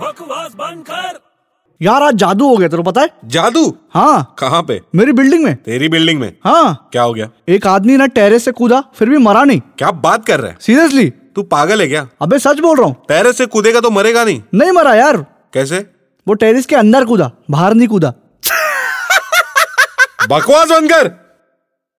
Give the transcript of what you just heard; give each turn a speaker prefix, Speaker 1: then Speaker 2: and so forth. Speaker 1: बकवास बंद कर
Speaker 2: यार आज जादू हो गया तेरे को पता है
Speaker 3: जादू
Speaker 2: हाँ
Speaker 3: कहाँ पे
Speaker 2: मेरी बिल्डिंग में
Speaker 3: तेरी बिल्डिंग में
Speaker 2: हाँ
Speaker 3: क्या हो गया
Speaker 2: एक आदमी ना टेरेस से कूदा फिर भी मरा नहीं
Speaker 3: क्या बात कर रहा है
Speaker 2: सीरियसली
Speaker 3: तू पागल है क्या
Speaker 2: अबे सच बोल रहा हूँ
Speaker 3: टेरेस से कूदेगा तो मरेगा नहीं
Speaker 2: नहीं मरा यार
Speaker 3: कैसे
Speaker 2: वो टेरेस के अंदर कूदा बाहर नहीं कूदा
Speaker 3: बकवास बंद कर